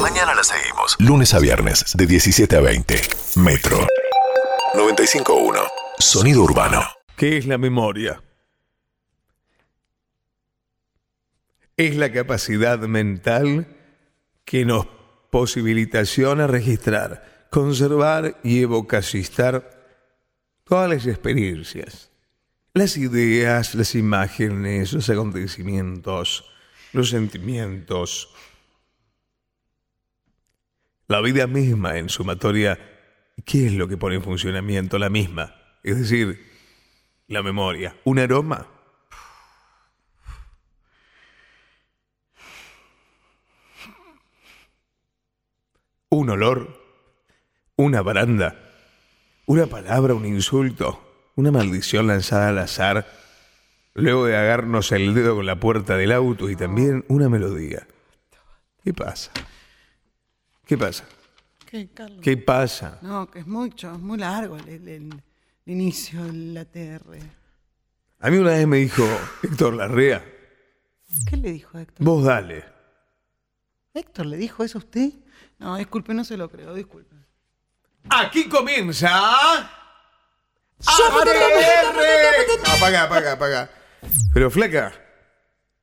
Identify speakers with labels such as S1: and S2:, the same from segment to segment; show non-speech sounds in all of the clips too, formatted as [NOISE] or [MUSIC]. S1: Mañana la seguimos. Lunes a viernes, de 17 a 20. Metro 95.1. Sonido urbano.
S2: ¿Qué es la memoria? Es la capacidad mental que nos posibilitaciona registrar, conservar y evocacistar todas las experiencias, las ideas, las imágenes, los acontecimientos, los sentimientos, la vida misma en sumatoria, ¿qué es lo que pone en funcionamiento la misma? Es decir, la memoria. ¿Un aroma? ¿Un olor? ¿Una baranda? ¿Una palabra, un insulto? ¿Una maldición lanzada al azar? Luego de agarnos el dedo con la puerta del auto y también una melodía. ¿Qué pasa? ¿Qué pasa?
S3: ¿Qué, Carlos?
S2: ¿Qué pasa?
S3: No, que es mucho, es muy largo el, el- el inicio de la TR.
S2: A mí una vez me dijo Héctor Larrea,
S3: ¿Qué le dijo Héctor?
S2: vos dale.
S3: ¿Héctor le dijo eso a usted? No, disculpe, no se lo creo, disculpe.
S2: Aquí comienza. Apaga, apaga, apaga. Pero flaca,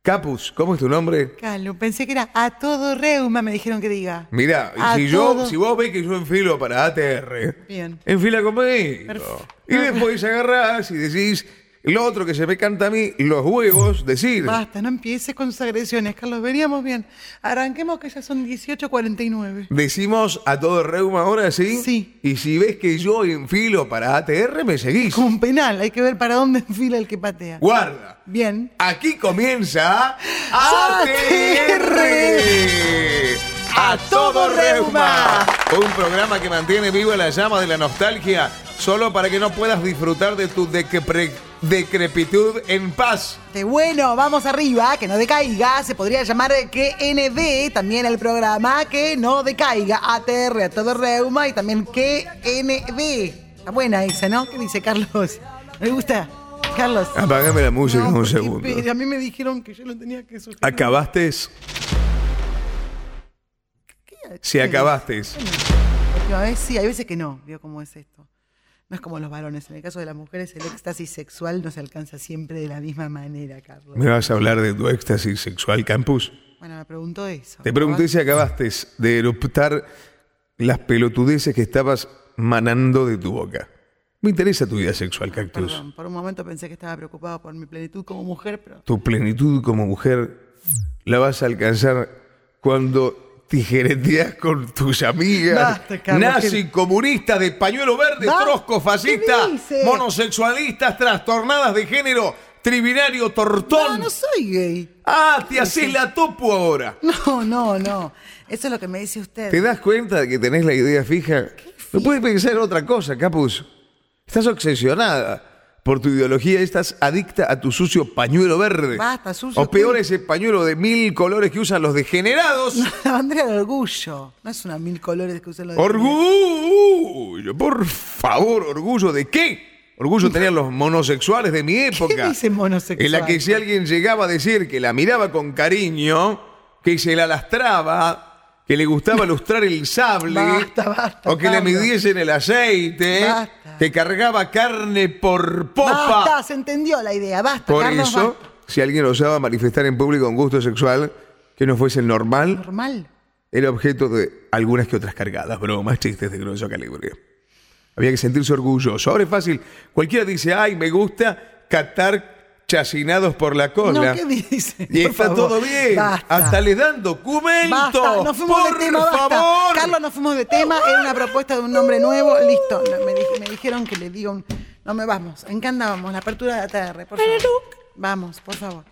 S2: Capus, ¿cómo es tu nombre?
S3: Carlos, pensé que era a todo reuma, me dijeron que diga.
S2: Mirá, y
S3: A
S2: si yo,
S3: todo.
S2: si vos ves que yo enfilo para ATR,
S3: Bien.
S2: enfila conmigo.
S3: Perf-
S2: Y después agarrás y decís lo otro que se me canta a mí, los huevos, decir.
S3: Basta, no empieces con sus agresiones, Carlos. Veníamos bien. Arranquemos que ya son 18.49.
S2: Decimos a todo reuma ahora, ¿sí?
S3: Sí.
S2: Y si ves que yo enfilo para ATR, me seguís.
S3: Con penal, hay que ver para dónde [LAUGHS] enfila el que patea.
S2: Guarda.
S3: Bien.
S2: Aquí comienza ATR. A todo reuma. Un programa que mantiene viva la llama de la nostalgia solo para que no puedas disfrutar de tu decrepre- decrepitud en paz.
S3: De Este, bueno, vamos arriba, que no decaiga. Se podría llamar que KND, también el programa que no decaiga. ATR, a todo reuma y también KND. Está buena esa, ¿no? ¿Qué dice Carlos? Me gusta. Carlos.
S2: Apágame la música
S3: No,
S2: Ah, un
S3: porque
S2: segundo.
S3: pe- A mí me dijeron que yo lo tenía que sostener.
S2: ¿Acabaste? Si acabaste.
S3: La última vez sí, hay veces que no. Veo cómo es esto. No es como los varones. En el caso de las mujeres, el éxtasis sexual no se alcanza siempre de la misma manera, Carlos.
S2: ¿Me vas a hablar de tu éxtasis sexual, Campus?
S3: Bueno, me preguntó eso.
S2: Te pregunté si acabaste de eruptar las pelotudeces que estabas manando de tu boca. Me interesa tu vida sexual, Cactus.
S3: Perdón, por un momento pensé que estaba preocupado por mi plenitud como mujer, pero
S2: Tu plenitud como mujer la vas a alcanzar cuando tijereteas con tus amigas.
S3: Basta, Carlos,
S2: Nazi, comunistas de pañuelo verde,
S3: Basta,
S2: trosco fascista,
S3: ¿qué dices?
S2: monosexualistas, trastornadas de género, tribinario,
S3: No,
S2: tortón.
S3: no soy gay. [LAUGHS]
S2: Ah, te haces la topo ahora.
S3: No, no, no. Eso es lo que me dice usted.
S2: ¿Te das cuenta de que tenés la idea fija? No puedes pensar otra cosa, Capus. Estás obsesionada por tu ideología, estás adicta a tu sucio pañuelo verde.
S3: Basta, sucio,
S2: O peor,
S3: culo.
S2: ese pañuelo de mil colores que usan los
S3: [LAUGHS]
S2: degenerados.
S3: [LAUGHS] La bandera del orgullo. No es una mil colores que usan los
S2: Orgullo, por favor, orgullo de qué? Orgullo tenían los monosexuales de mi época.
S3: dice monosexual?
S2: En la que si alguien llegaba a decir que la miraba con cariño, que se la lastraba, que le gustaba lustrar el sable,
S3: Basta, basta,
S2: o que le
S3: Pablo.
S2: midiesen el aceite,
S3: Basta.
S2: que cargaba carne por popa.
S3: Basta, se entendió la idea. Basta,
S2: Por
S3: Carlos,
S2: eso,
S3: basta.
S2: si alguien osaba manifestar en público un gusto sexual que no fuese el normal,
S3: Normal.
S2: era objeto de algunas que otras cargadas, bromas, chistes de grueso calibre. Había que sentirse orgulloso. Ahora es fácil. Cualquiera dice, ay, me gusta catar chacinados por la cola.
S3: No, ¿qué dice?
S2: Y
S3: Por
S2: está
S3: favor.
S2: todo bien.
S3: Basta.
S2: Hasta les dan documentos.
S3: Basta, nos fuimos
S2: por
S3: de tema, basta.
S2: favor.
S3: Carlos, nos fuimos de tema. Era una propuesta de un nombre nuevo. Listo. No, me, di- me dijeron que le diga un. No me vamos. ¿En qué andábamos? La apertura de ATR, por favor. Vamos, por favor.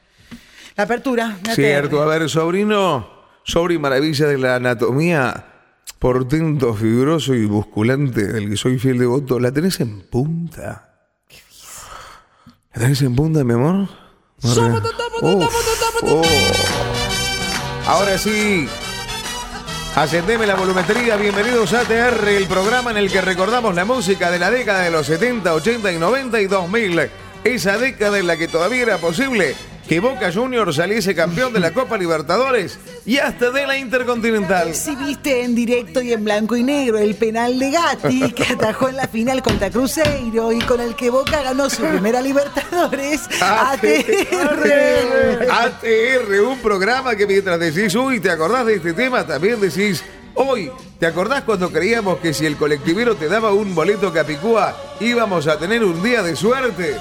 S3: La apertura de ATR.
S2: Cierto, a ver, sobrino, sobre y maravilla de la anatomía, portento fibroso y musculante del que soy fiel devoto, ¿la tenés en punta? ¿La tenés en punta, mi amor? Uf, oh. Ahora sí. Ascendeme la volumetría, bienvenidos a TR, el programa en el que recordamos la música de la década de los 70, 80 y 90 y 2000. Esa década en la que todavía era posible que Boca Juniors saliese campeón de la Copa Libertadores y hasta de la Intercontinental.
S3: Si viste en directo y en blanco y negro el penal de [LAUGHS] Gatti que atajó en la final contra Cruzeiro y con el que Boca ganó su primera [LAUGHS] Libertadores, Ah, ATR.
S2: ATR, un programa que mientras decís, uy, ¿te acordás de este tema? También decís, hoy, ¿te acordás cuando creíamos que si el colectivero te daba un boleto capicúa, íbamos a tener un día de suerte?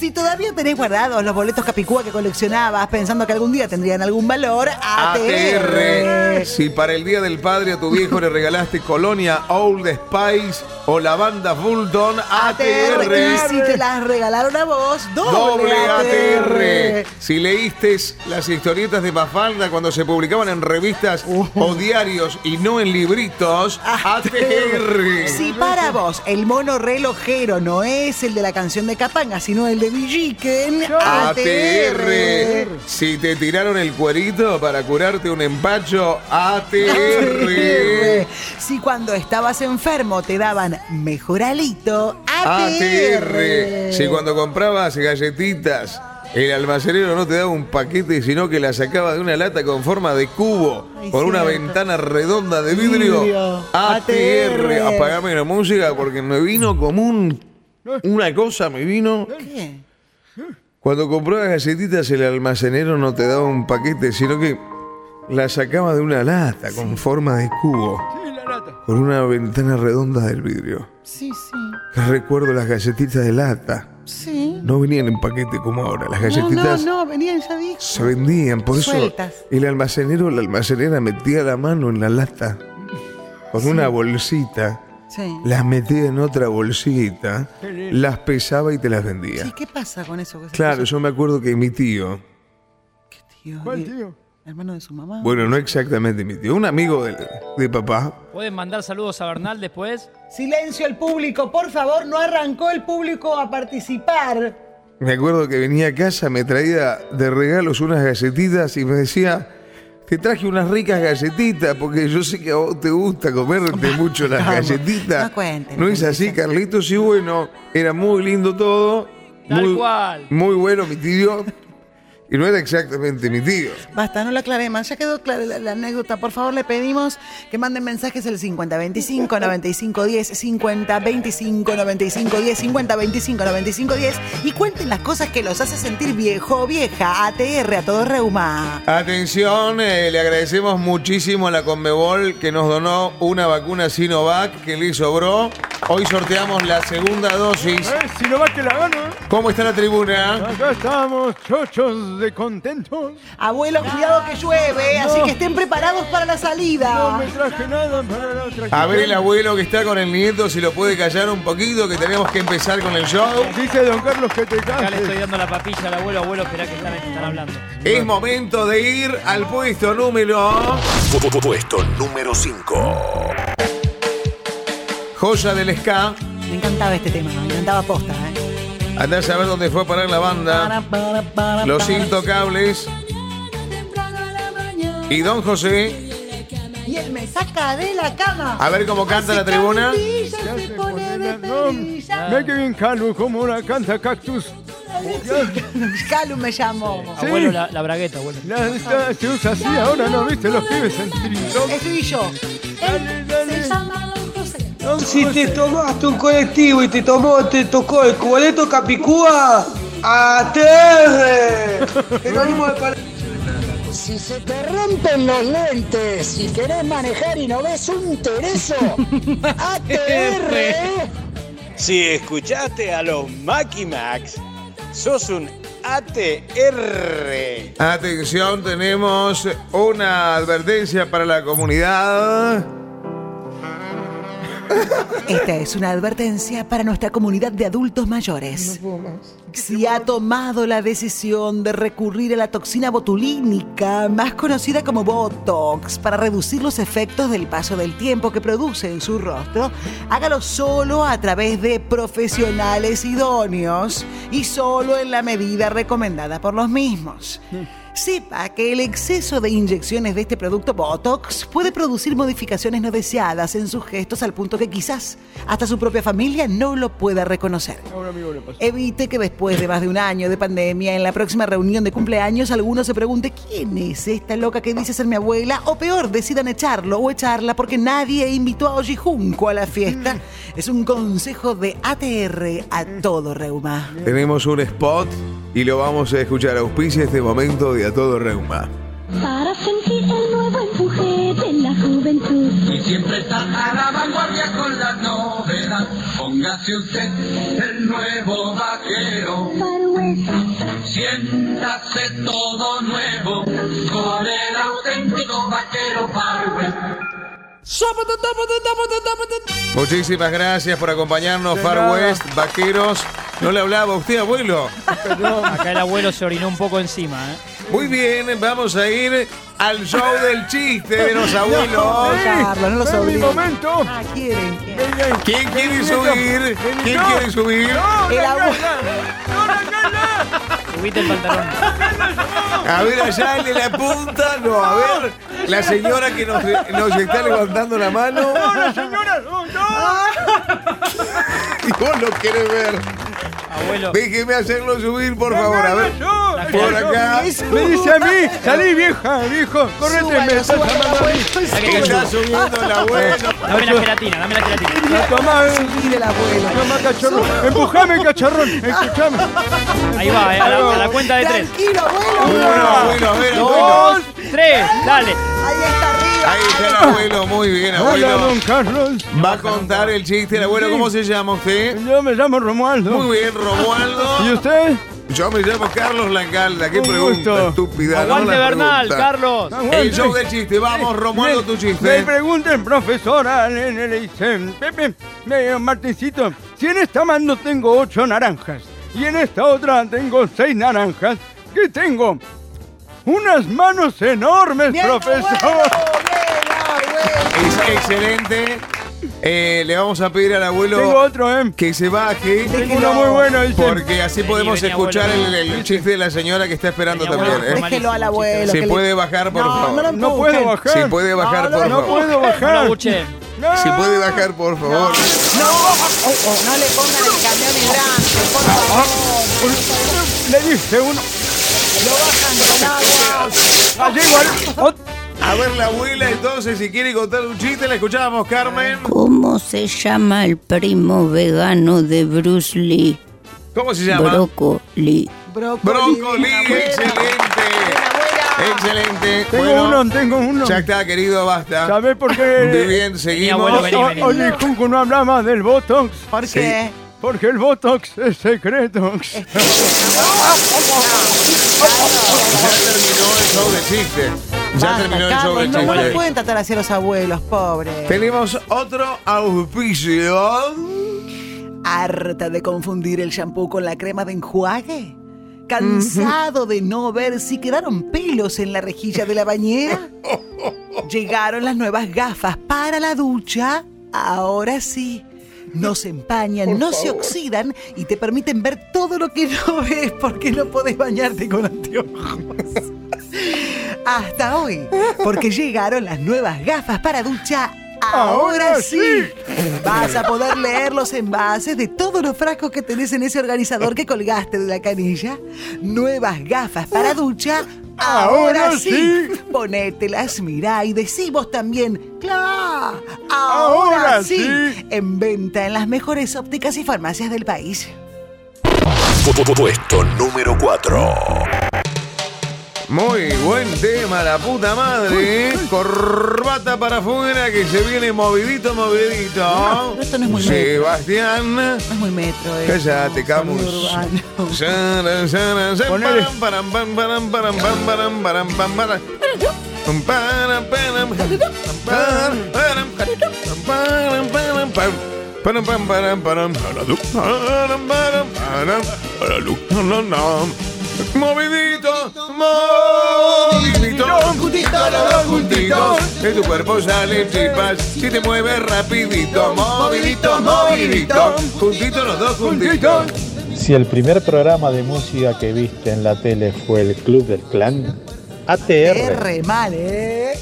S3: Si todavía tenés guardados los boletos Capicúa que coleccionabas pensando que algún día tendrían algún valor, ATR.
S2: ATR, si para el Día del Padre a tu viejo le regalaste Colonia Old Spice o la banda Fulton, ATR.
S3: ATR. Y si te las regalaron a vos, doble,
S2: Doble ATR.
S3: ATR.
S2: Si leíste las historietas de Mafalda cuando se publicaban en revistas
S3: Uh.
S2: o diarios y no en libritos, ATR.
S3: Si para vos el mono relojero no es el de la canción de Capanga, sino el de Villiquen,
S2: ATR.
S3: ATR.
S2: Si te tiraron el cuerito para curarte un empacho, ATR.
S3: Si cuando estabas enfermo te daban mejoralito,
S2: ATR.
S3: ATR.
S2: Si cuando comprabas galletitas, el almacenero no te daba un paquete, sino que la sacaba de una lata con forma de cubo,
S3: Ay,
S2: con una
S3: cierto.
S2: ventana redonda de vidrio.
S3: Vidrio.
S2: ATR.
S3: ATR.
S2: Apagame la música porque me vino como un. Una cosa me vino.
S3: ¿Qué?
S2: Cuando comprabas galletitas, el almacenero no te daba un paquete, sino que la sacaba de una lata con forma de cubo, con una ventana redonda del vidrio.
S3: Sí, sí,
S2: Recuerdo las galletitas de lata.
S3: sí.
S2: No venían en paquete como ahora. Las
S3: No, no,
S2: galletitas
S3: no, venían ya dijo.
S2: se vendían. Por eso
S3: Sueltas.
S2: el almacenero, la almacenera metía la mano en la lata con una bolsita.
S3: Sí.
S2: Las metía en otra bolsita, las pesaba y te las vendía.
S3: Sí, ¿Qué pasa con eso?
S2: Claro, yo me acuerdo que mi tío,
S3: ¿Qué este tío? ¿Cuál tío? Hermano de su mamá.
S2: bueno, no exactamente mi tío, un amigo de, de papá,
S4: Pueden mandar saludos a Bernal después.
S3: Silencio al público, por favor, no arrancó el público a participar.
S2: me acuerdo que venía a casa, me traía de regalos unas galletitas y me decía, te traje unas ricas galletitas porque yo sé que a vos te gusta
S3: [LAUGHS]
S2: comerte mucho las
S3: vamos,
S2: galletitas.
S3: no cuenten,
S2: No es
S3: no
S2: así,
S3: cuenten.
S2: Carlitos, y bueno, era muy lindo todo.
S4: Tal
S2: muy,
S4: cual.
S2: Muy bueno mi tío. Y no era exactamente mi tío.
S3: Basta, no la aclaré más. Ya quedó clara la, la anécdota. Por favor, le pedimos que manden mensajes al 5025 9510 5025 9510 5025 9510 y cuenten las cosas que los hace sentir viejo o vieja. ATR a todo reuma.
S2: Atención, eh, le agradecemos muchísimo a la Conmebol que nos donó una vacuna Sinovac que le sobró. Hoy sorteamos la segunda dosis.
S5: Eh, si no va que la gano,
S2: ¿Cómo está la tribuna?
S5: acá estamos chochos de contentos.
S3: Abuelos, cuidado que llueve, así que estén preparados para la
S5: No
S3: salida.
S5: me traje nada para la otra.
S2: A ver el abuelo que está con el nieto, si lo puede callar un poquito, que tenemos que empezar con el show.
S5: Dice don Carlos que te
S4: Acá le estoy
S5: cases.
S4: dando la papilla al abuelo, abuelo, esperá que están, están hablando.
S2: Es momento de ir al puesto número.
S1: Pu- pu- Puesto número 5.
S2: Joya del Ska.
S3: Me encantaba este tema, me encantaba posta. ¿eh?
S2: Andá a saber dónde fue a parar la banda. Los Intocables. Y Don José.
S3: Y él me saca de la cama.
S2: A ver cómo canta la tribuna.
S5: Ya se pone la- no, Mira que bien calvo como la canta Cactus.
S3: [LAUGHS] Calu me llamó.
S5: Sí.
S4: Abuelo, la, la bragueta, abuelo.
S5: La, la- se usa así ahora, ¿no? ¿Viste? Los pibes en trilón.
S3: Estribillo.
S5: Dale, dale. Don
S6: Si te
S5: José.
S6: tomaste un colectivo y te tomó, te tocó el cuboleto Capicúa,
S7: [LAUGHS]
S6: aterre. Jerónimo de Pal-
S8: Si se te rompen los lentes, si querés manejar y no ves un
S3: [LAUGHS]
S8: tereso, ATR.
S7: Si escuchaste a los Maximax, sos un ATR.
S2: Atención, tenemos una advertencia para la comunidad.
S3: Esta es una advertencia para nuestra comunidad de adultos mayores. Si ha tomado la decisión de recurrir a la toxina botulínica, más conocida como Botox, para reducir los efectos del paso del tiempo que produce en su rostro, hágalo solo a través de profesionales idóneos y solo en la medida recomendada por los mismos. Sepa que el exceso de inyecciones de este producto Botox puede producir modificaciones no deseadas en sus gestos al punto que quizás hasta su propia familia no lo pueda reconocer.
S5: A un amigo le pasó.
S3: Evite que después de más de un año de pandemia, en la próxima reunión de cumpleaños, alguno se pregunte quién es esta loca que dice ser mi abuela, o peor, decidan echarlo o echarla porque nadie invitó a Ojijunco a la fiesta. Es un consejo de ATR a todo reuma.
S2: Tenemos un spot y lo vamos a escuchar. Auspicia este momento de A Todo Reuma.
S9: Para sentir el nuevo empuje de la juventud.
S10: Y siempre está a la vanguardia con la novedad. Póngase usted el nuevo vaquero.
S9: Far West,
S10: Siéntase todo nuevo con el auténtico vaquero Farwell.
S2: Muchísimas gracias por acompañarnos, Far West, vaqueros. No le hablaba a usted, abuelo.
S4: Acá el abuelo se orinó un poco encima, ¿eh?
S2: Muy bien, vamos a ir al show del chiste de
S5: [LAUGHS]
S2: los abuelos.
S3: Carlos, no lo
S5: ¡Es mi
S3: sabía.
S5: momento!
S3: Ah, quieren. quieren.
S2: ¿Quién quiere subir? ¿Quién quiere subir?
S3: El abuelo.
S4: Subite el pantalón.
S2: A ver, allá el de la punta, no, a ver, la señora que nos, nos está levantando la mano.
S5: ¡Señora! ¡No,
S3: Ah,
S5: no!
S2: Y vos lo querés ver.
S4: Abuelo.
S2: Déjeme hacerlo subir, por favor. A ver,
S5: ¡No!
S2: por acá.
S5: Me dice a mí, salí vieja, viejo, correte,
S3: Súbalo,
S5: me estás
S3: súbalo,
S5: llamando a mí.
S2: Está subiendo el abuelo.
S4: Dame la gelatina, dame la gelatina.
S5: No, Tomá, eh,
S3: Mira el abuelo.
S5: tomá, cachorro, empujame, cachorrón, escuchame.
S4: Ahí va, eh, a, la, a la cuenta de tres.
S3: Tranquilo,
S2: Bueno,
S3: abuelo.
S2: abuelo, a ver, abuelo.
S5: Dos,
S4: ¡Tres! ¡Dale!
S3: Ahí está arriba.
S2: Ahí está el abuelo, muy bien,
S5: hola,
S2: abuelo.
S5: don Carlos,
S2: Va a contar el chiste, el abuelo, ¿cómo se llama usted?
S5: yo me llamo
S2: Muy
S5: Romualdo.
S2: bien,
S5: ¿Y
S2: Romualdo.
S5: usted?
S2: Yo me llamo Carlos Langalda. Qué
S5: Un
S2: pregunta
S5: gusto.
S2: estúpida, ¿no? La
S4: Aguante Bernal,
S2: pregunta.
S4: Carlos.
S2: El show del chiste, vamos, Romualdo,
S5: Eh,
S2: tu
S5: Me- Me
S2: chiste.
S5: pregunten, profesora, en el ICEM, Pepe, me- Martincito, si en esta mano tengo ocho naranjas y en esta otra tengo seis naranjas, ¿qué tengo? Unas manos enormes,
S3: Bien,
S5: profesor.
S3: abuelo, bien, abuelo.
S2: Es excelente. Eh, le vamos a pedir al
S5: Tengo
S2: abuelo
S5: otro, ¿eh?
S2: que se baje.
S5: Tengo uno muy bueno, dice.
S2: Porque así podemos
S4: vení,
S2: escuchar
S4: abuelo.
S2: el, el chiste de la señora que está esperando
S4: Vení,
S2: también.
S4: abuelo.
S2: ¿eh?
S3: Déjelo al abuelo.
S2: Si
S3: que le-
S2: puede bajar, por
S3: No,
S2: favor.
S3: No, lo
S5: No
S3: empujen.
S5: puedo bajar.
S2: Si puede bajar, por
S5: No
S2: favor.
S5: puedo
S4: No
S5: bajar.
S4: lo bucheen.
S5: No.
S2: Si puede bajar, por favor.
S3: No, oh, oh, no le pongan el camión hidrante, por favor.
S5: Le dije uno.
S3: Lo bajan con agua.
S5: Allí igual. Ot-
S2: A ver, la abuela, entonces, si quiere contar un chiste, la escuchamos, Carmen.
S9: ¿Cómo se llama el primo vegano de Bruce Lee?
S2: ¿Cómo se llama?
S9: Brócoli.
S3: Brócoli.
S2: Brócoli,
S3: abuela. Bien,
S2: excelente.
S3: abuela.
S2: Excelente.
S5: Tengo
S2: Bueno,
S5: uno, tengo uno.
S2: ya está, querido, basta.
S5: ¿Sabés
S2: Muy
S5: por qué?
S2: bien, seguimos.
S4: abuelo, vení, vení.
S5: O- Oli Junco no habla más del Botox.
S3: ¿Por qué?
S5: Porque el Botox es secreto.
S2: Ya terminó el show de chiste. Ya
S3: Basta,
S2: terminó el show
S3: Carlos,
S2: de
S3: no, No lo
S2: chiste.
S3: pueden tratar así a los abuelos, pobre.
S2: Tenemos otro auspicio.
S3: ¿Harta de confundir el shampoo con la crema de enjuague? ¿Cansado de no ver si quedaron pelos en la rejilla de la bañera? Llegaron las nuevas gafas para la ducha. Ahora sí. No se empañan, no se oxidan y te permiten ver todo lo que no ves porque no podés bañarte con anteojos. Hasta hoy, porque llegaron las nuevas gafas para ducha. Ahora,
S5: Ahora
S3: sí. Vas a poder leer los envases de todos los frascos que tenés en ese organizador que colgaste de la canilla. Nuevas gafas para ducha. Ahora,
S5: Ahora
S3: sí.
S5: sí.
S3: Ponételas, mirá y decimos también, ¡Claro! Ahora,
S5: Ahora
S3: sí.
S5: sí.
S3: En venta en las mejores ópticas y farmacias del país.
S1: Puesto número 4.
S2: Muy buen tema, la puta madre. ¿eh? Corbata para afuera que se viene movidito, movidito.
S3: No, esto no es muy
S2: Sebastián.
S3: No es muy metro, eh.
S2: Cállate, Camus. Saran, saran, san,
S5: Ponele.
S2: param, param, pam, param, param, pam, param, param, pam, param. Pam, param, param, pam, param, param, pam, param, param, pam. Param, pam, param, param, paralu, param, param, param, paralu, na, na, na. Movidito, movidito, juntito, los dos juntitos. De tu cuerpo salen chispas si te mueves rapidito. Movidito, movidito, juntito los dos juntitos.
S11: Si el primer programa de música que viste en la tele fue el Club del Clan, ATR.
S3: R mal, ¿eh?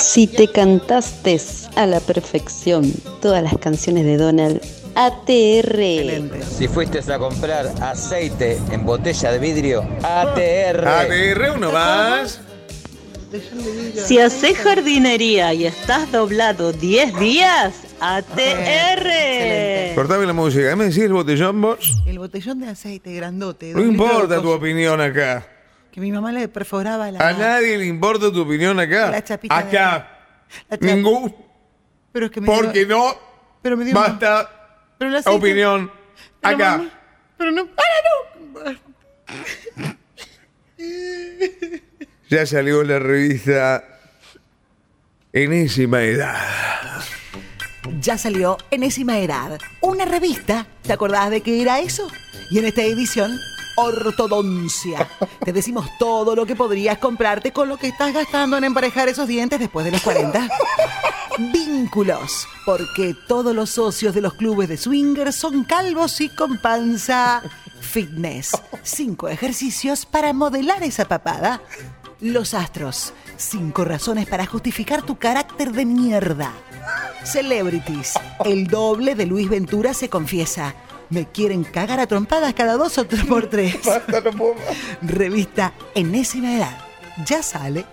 S12: Si te cantaste a la perfección todas las canciones de Donald, ATR.
S13: Si fuiste a comprar aceite en botella de vidrio, ATR.
S2: ATR, uno más.
S12: Si haces jardinería y estás doblado 10 días, ATR.
S2: Cortame la música. ¿Qué me decís el botellón vos?
S3: El botellón de aceite grandote.
S2: No
S3: dos
S2: importa
S3: litros,
S2: tu opinión acá.
S3: Que mi mamá le perforaba la.
S2: A nadie le importa tu opinión acá.
S3: La chapita de-
S2: Acá.
S3: la chapa.
S2: Ningún.
S3: Pero es que me dio-
S2: Porque no.
S3: Pero me dio-
S2: Basta.
S3: Pero el aceite-
S2: Opinión.
S3: Pero
S2: acá.
S3: mami, Pero no. ¡Para, no!
S2: Ya salió la revista Enésima Edad.
S3: Ya salió Enésima Edad, una revista. ¿Te acordás de qué era eso? Y en esta edición, ortodoncia. Te decimos todo lo que podrías comprarte con lo que estás gastando en emparejar esos dientes después de los 40. Vínculos, porque todos los socios de los clubes de swinger son calvos y con panza. Fitness, cinco ejercicios para modelar esa papada. Los astros, cinco razones para justificar tu carácter de mierda. Celebrities. El doble de Luis Ventura se confiesa. Me quieren cagar a trompadas cada dos o tres por [LAUGHS] tres. Revista Enésima Edad. Ya sale.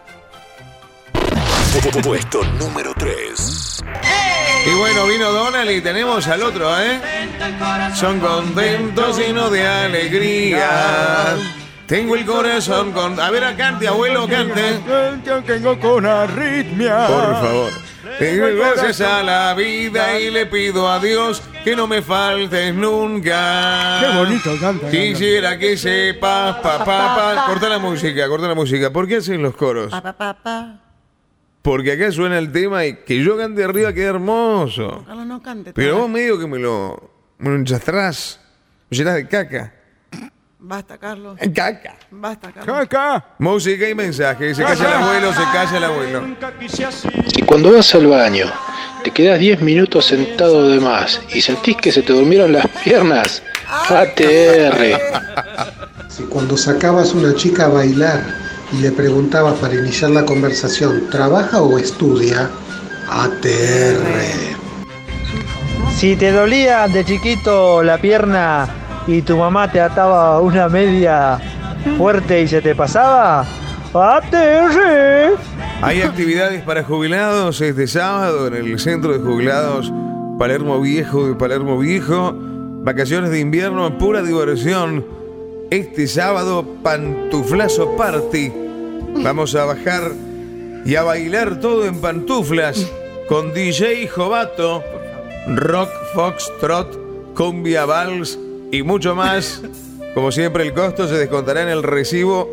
S1: Puesto número 3.
S2: Y bueno, vino Donald y tenemos al otro, ¿eh? Son contentos, llenos de alegría. Tengo el corazón con. A ver, cante, abuelo, cante.
S5: Tengo con arritmia.
S2: Por favor. Te doy gracias a la vida y le pido a Dios que no me faltes nunca.
S5: Qué bonito canta.
S2: Quisiera que sepas, papá, pa,
S3: pa.
S2: Corta la música, corta la música. ¿Por qué hacen los coros?
S3: Pa, pa, pa, pa.
S2: Porque acá suena el tema y que yo cante arriba queda hermoso.
S3: Carlos, no cante.
S2: Pero vos medio que me lo. me lo enchastrás. Me llenás de caca.
S3: Basta, Carlos.
S2: Caca.
S3: Basta, Carlos.
S5: Caca.
S2: Música y mensaje. Se calla el abuelo, se calla el abuelo.
S11: Si cuando vas al baño te quedas 10 minutos sentado de más y sentís que se te durmieron las piernas, ATR.
S14: Si cuando sacabas una chica a bailar y le preguntabas para iniciar la conversación, ¿trabaja o estudia? ATR.
S15: Si te dolía de chiquito la pierna y tu mamá te ataba una media fuerte y se te pasaba, ATR.
S2: Hay actividades para jubilados este sábado en el centro de jubilados Palermo Viejo de Palermo Viejo. Vacaciones de invierno, pura diversión. Este sábado, pantuflazo party. Vamos a bajar y a bailar todo en pantuflas con DJ Jovato, rock, fox, trot, cumbia, vals y mucho más. Como siempre, el costo se descontará en el recibo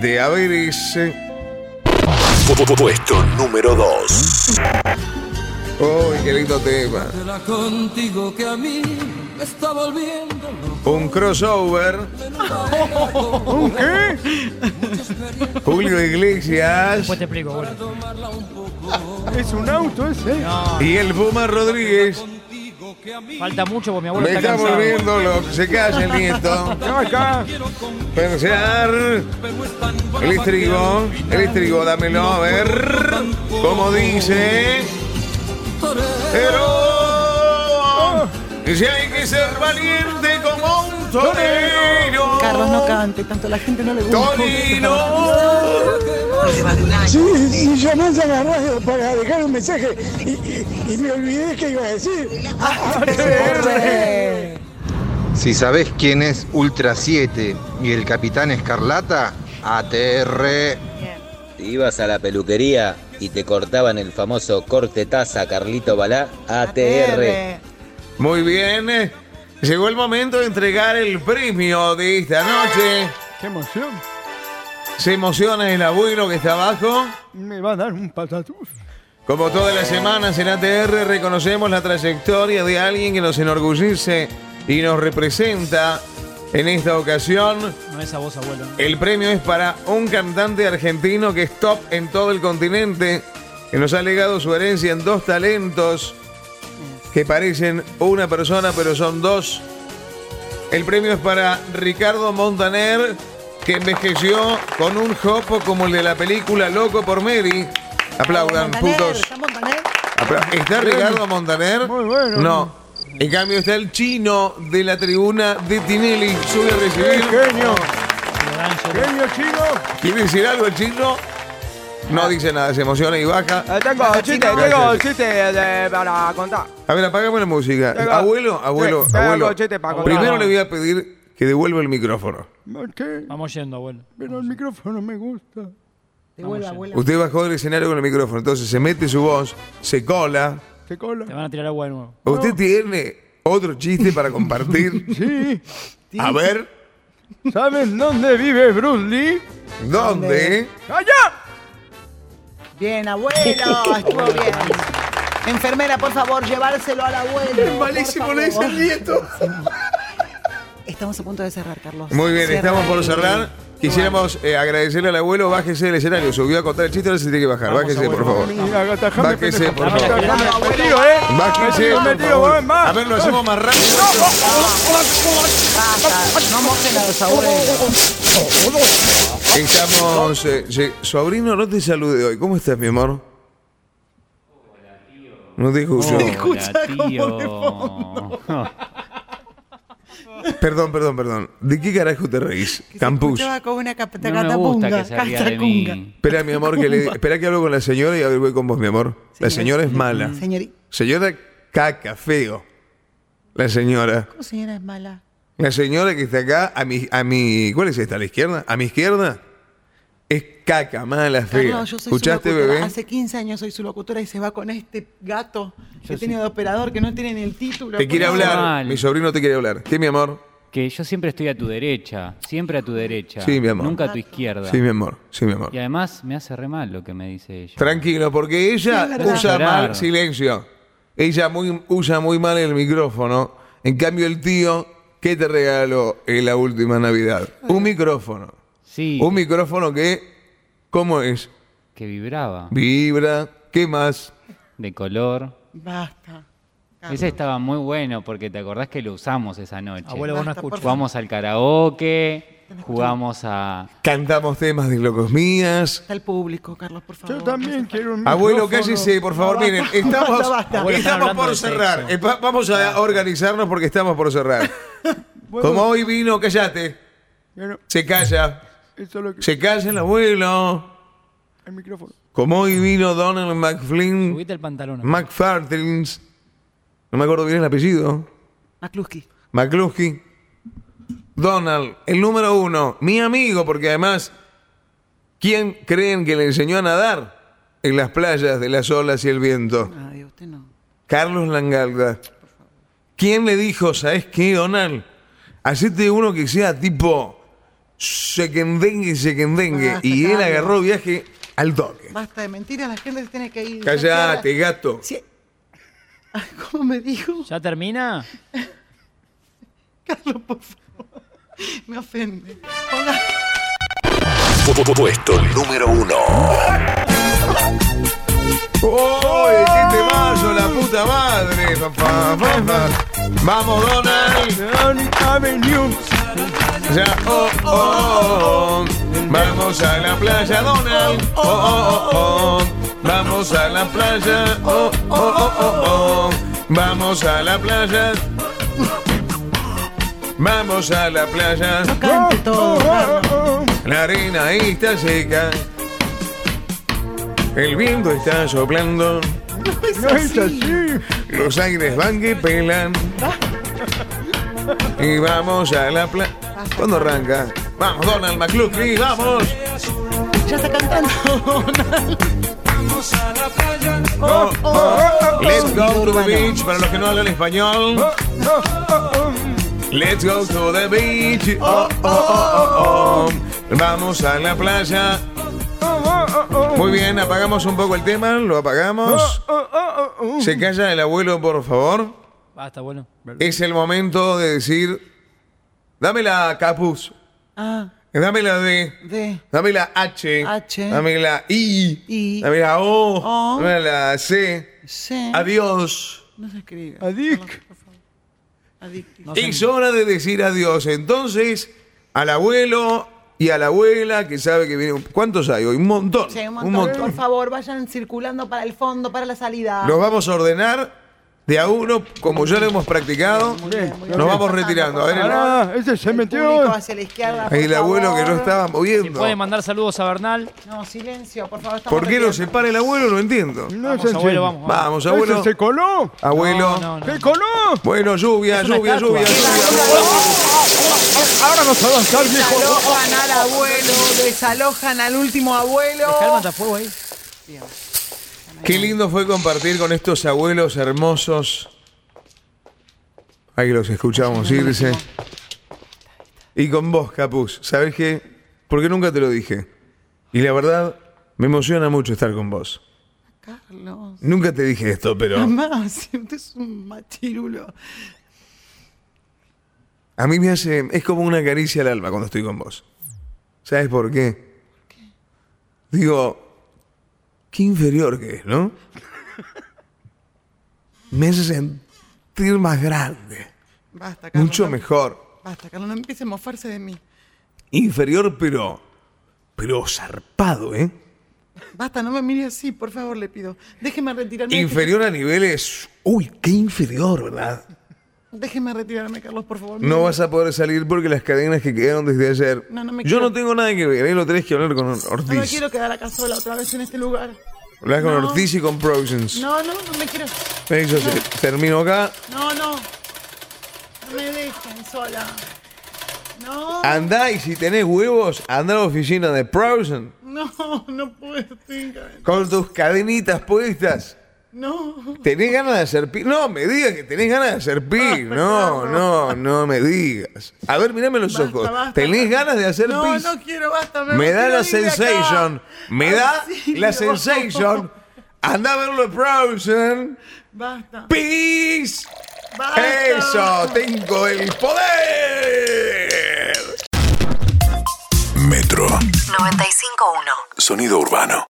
S2: de haberes.
S1: Puesto número 2.
S2: Uy, qué lindo tema.
S10: contigo que a mí me está volviendo.
S2: Un crossover.
S10: ¿Un qué?
S2: Julio Iglesias
S4: Después te explico, boludo.
S5: Es un auto ese.
S2: y el Puma Rodríguez.
S4: Falta mucho porque mi abuelo
S2: Me
S4: está
S2: está
S4: cansado.
S2: volviendo loco. Se calla el nieto.
S5: Caca.
S2: Pensar. El estribo. El estribo, dámelo. A ver. Como dice. Pero. Si hay que ser valiente como un torero.
S3: Carlos, no cante. Tanto la gente no le gusta.
S2: Torino.
S8: Sí, y yo me agarró para dejar un mensaje y, y- y me olvidé que iba a decir.
S16: Si sabés quién es Ultra 7 y el Capitán Escarlata, ATR.
S13: Te ibas a la peluquería y te cortaban el famoso corte taza Carlito Balá, Ah, ATR.
S2: Muy bien. eh. Llegó el momento de entregar el premio de esta noche.
S5: Qué emoción.
S2: Se emociona el abuelo que está abajo.
S5: Me va a dar un patatús.
S2: Como todas las semanas en ATR reconocemos la trayectoria de alguien que nos enorgullece y nos representa. En esta ocasión,
S4: No es a vos, abuelo.
S2: el premio es para un cantante argentino que es top en todo el continente, que nos ha legado su herencia en dos talentos que parecen una persona pero son dos. El premio es para Ricardo Montaner que envejeció con un jopo como el de la película Loco por Mary. Aplaudan, putos. Apla- ¿Está
S10: Bueno.
S2: Ricardo Montaner? No. En cambio está el chino de la tribuna de Tinelli. Sube a recibir.
S5: Genio. Genio chino.
S2: ¿Quiere decir algo el chino? No dice nada, se emociona y baja.
S5: Ah. Eh, Tengo un chiste,
S2: Gracias.
S5: tengo un chiste eh, para contar.
S2: A ver, apagame la música.
S5: Tengo-
S2: Abuelo, abuelo,
S5: Sí, tengo
S2: abuelo.
S5: chiste para contar.
S2: Primero le voy a pedir que devuelva el micrófono.
S5: Vamos yendo, abuelo. Pero el micrófono me gusta.
S3: Devuelve, abuelo.
S2: Usted bajó del escenario con el micrófono, entonces se mete su voz, se cola.
S5: Te cola.
S4: Te van a tirar agua de nuevo.
S2: ¿Usted tiene otro chiste para compartir?
S5: [LAUGHS] sí.
S2: A ver.
S5: ¿Saben dónde vive Bruce Lee?
S2: ¿Dónde?
S5: ¡Allá!
S2: [LAUGHS]
S3: Bien, abuelo, estuvo bien. Enfermera, por favor, llevárselo al abuelo.
S10: Es malísimo,
S3: por
S10: le dice
S3: favor.
S10: el nieto.
S3: Estamos a punto de cerrar, Carlos.
S2: Muy bien,
S3: Cierra
S2: estamos por
S3: ahí.
S2: cerrar. Quisiéramos eh, agradecerle al abuelo, bájese del escenario. Subió a contar el chiste, ahora se tiene que bajar. Bájese, por favor. Bájese, por favor.
S5: ¿eh?
S2: Bájese. por favor. A ver, lo hacemos más rápido.
S3: Basta, no mojen a los abuelos.
S2: Estamos. eh, sí. Sobrino, no te salude hoy. ¿Cómo estás, mi amor? No te escucho.
S10: Se escucha como de fondo.
S2: Perdón, perdón, perdón. ¿De qué carajo te reís? Campus.
S17: Estaba como una cap-
S18: No me gusta que se ría de mí.
S2: Espera, mi amor, que le, espera que hablo con la señora y a ver, voy con vos, mi amor. La señora es mala.
S3: Señorita.
S2: Señora caca, feo. La señora.
S3: ¿Cómo señora es mala?
S2: La señora que está acá, a mi, a mi. ¿Cuál es esta? ¿A la izquierda? ¿A mi izquierda? Es caca, mala, fea.
S3: Carlos, Ah, yo soy su
S2: ¿Escuchaste,
S3: locutora.
S2: bebé?
S3: Hace 15 años soy su locutora y se va con este gato que tiene de operador, que no tiene ni el título.
S2: Te quiere
S3: Por
S2: hablar.
S3: favor.
S2: Mi sobrino te quiere hablar. ¿Qué, mi amor?
S18: Que yo siempre estoy a tu derecha, siempre a tu derecha.
S2: Sí, mi amor.
S18: Nunca a tu izquierda.
S2: Sí, mi amor. Sí, mi amor.
S18: Y además me hace re mal lo que me dice ella.
S2: Tranquilo, porque ella
S18: Sí, es verdad.
S2: usa
S18: Llorar.
S2: mal silencio. Ella muy, usa muy mal el micrófono. En cambio, el tío, ¿qué te regaló en la última Navidad? Un micrófono.
S18: Sí.
S2: Un micrófono que, ¿cómo es?
S18: Que vibraba.
S2: Vibra. ¿Qué más?
S18: De color.
S3: Basta.
S18: Ese estaba muy bueno porque te acordás que lo usamos esa noche.
S4: Abuelo, vos no Basta, escuchas. por favor.
S18: Jugamos al karaoke, jugamos a.
S2: Cantamos temas de locos mías.
S3: Está el público, Carlos, por favor.
S5: Yo también quiero un
S2: Abuelo,
S5: micrófono.
S2: cállese, por favor. Miren, estamos,
S3: basta, basta.
S5: Abuelo, están
S2: estamos
S5: hablando
S2: por
S5: de
S2: cerrar.
S5: sexo.
S2: Eh, va- Vamos a organizarnos porque estamos por cerrar.
S3: [LAUGHS]
S2: Como hoy vino, cállate.
S5: Bueno,
S2: Se calla.
S5: eso es lo que...
S2: Se calla el abuelo.
S5: El micrófono.
S2: Como hoy vino Donald McFlynn.
S4: Subite el pantalón.
S2: McFartins. No me acuerdo bien el apellido.
S3: McCluskey.
S2: McCluskey. Donald, el número uno. Mi amigo, porque además, ¿quién creen que le enseñó a nadar? En las playas de las olas y el viento.
S3: Nadie, Ah, usted no.
S2: Carlos Langalda. ¿Quién le dijo, sabes qué, Donald? Hacete uno que sea tipo sequendengue, sequendengue.
S3: Basta,
S2: Y él
S3: Carlos.
S2: agarró viaje al toque.
S3: Basta de mentiras, la gente se tiene que ir.
S2: Callate, gato.
S3: [LAUGHS] ¿Cómo me dijo?
S4: ¿Ya termina?
S3: Carlos, por favor. Me ofende. Ponga-
S1: Puesto número uno.
S2: ¡Uy, qué temazo, la puta madre! Pa, pa, pa, pa. ¡Vamos, Donald! Ya, oh, oh, oh, oh. Vamos a la playa, Donald. Oh, oh, oh, oh. Vamos a la playa. Oh, oh, oh, oh, oh. Vamos a la playa. Vamos a la playa.
S3: Cante todo.
S2: La arena ahí está seca. El viento está soplando.
S5: No es así.
S2: Los aires van que pelan. Y vamos a la playa. ¿Cuándo arranca? Vamos, Donald McCluskey, vamos.
S3: Ya está cantando.
S10: Vamos a la playa.
S2: Oh, oh, Let's go to the beach. Para los que no hablan español. Let's go to the beach. Oh, oh, oh, oh, oh. Vamos a la playa. Muy bien, apagamos un poco el tema, lo apagamos.
S3: [LAUGHS]
S2: Se calla el abuelo, por favor.
S4: Basta, abuelo.
S2: Es el momento de decir, dame la capuz,
S3: Ah,
S2: dame la D,
S3: de.
S2: dame la H,
S3: H.
S2: dame la I,
S3: Y.
S2: dame la O,
S3: O. Eh.
S2: dame la C,
S3: C.
S2: adiós.
S3: No se escribe.
S5: Adic.
S3: Adicti.
S2: es hora de decir adiós. Entonces, al abuelo Y a la abuela que sabe que viene. ¿Cuántos hay hoy? Un montón.
S3: Sí, un, montón. Por favor, vayan circulando para el fondo, para la salida.
S2: Los vamos a ordenar de a uno, como ya lo hemos practicado. Nos vamos retirando. A ver, el-
S5: Pará, ese se metió.
S3: Público hacia la izquierda. por
S2: ahí el abuelo que no
S3: favor.
S2: estaba moviendo.
S4: Puede mandar saludos a Bernal.
S3: No, silencio, por favor. estamos
S2: ¿Por qué lo separa el abuelo? No entiendo.
S4: Vamos, se abuelo, entiende. vamos,
S2: Vamos,
S4: vamos.
S2: abuelo.
S4: Ese se
S5: coló.
S2: Abuelo.
S4: No, no,
S5: ¡Se coló!
S2: Bueno, lluvia,
S4: Es una
S2: lluvia,
S4: estatua.
S2: lluvia,
S5: Ahora nos avanzar, viejo.
S3: Desalojan al abuelo, desalojan al último abuelo. Deja el
S4: matafuego ahí.
S2: Qué lindo fue compartir con estos abuelos hermosos. Ahí los escuchamos irse. Y con vos, Capuz. ¿Sabés qué? Porque nunca te lo dije. Y la verdad, me emociona mucho estar con vos.
S3: Carlos.
S2: Nunca te dije esto, pero
S3: Mamá, si usted este es un machirulo.
S2: a mí me hace. Es como una caricia al alma cuando estoy con vos. ¿Sabes por qué? Digo, qué inferior que es, ¿no? [LAUGHS] Me hace sentir más grande,
S3: Basta, Carlos.
S2: mucho
S3: no-
S2: mejor.
S3: Basta, Carlos, no empiece a mofarse de mí.
S2: Inferior, pero. Pero zarpado, ¿eh?
S3: Basta, no me mire así, por favor, le pido. Déjeme retirarme.
S2: Inferior a niveles. Uy, qué inferior, ¿verdad?
S3: Déjeme retirarme, Carlos, por favor.
S2: No vas a poder salir porque las cadenas que quedaron desde ayer.
S3: Mm. No, no me
S2: Yo
S3: quiero-
S2: no tengo nada que ver, ahí lo tenés que hablar con
S3: No me
S2: Ortiz.
S3: quiero quedar acá sola otra vez en este lugar.
S2: Hablas con
S3: No.
S2: Ortiz y con Prozens.
S3: No, no, no me quiero.
S2: Me dice, termino acá.
S3: No, no. No me dejen sola. No.
S2: Andá y si tenés huevos, andá a la oficina de Prozens.
S3: No, no puedo. estoy encadenada.
S2: Con tus cadenitas puestas.
S3: No.
S2: ¿Tenés ganas de hacer pi? No, me digas que tenés ganas de hacer pi. No, no, no me digas. A ver, mirame los ojos.
S3: basta,
S2: ¿Tenés ganas de hacer
S3: No,
S2: pis?
S3: no quiero, basta.
S2: Me da
S3: quiero
S2: la
S3: ir de acá.
S2: sensation. Me da
S3: Auxilio.
S2: la sensation. Anda a verlo, Frozen.
S3: Basta.
S2: Peace.
S3: Basta.
S2: Eso, tengo el poder.
S1: Metro.
S17: 95.1.
S1: Sonido urbano.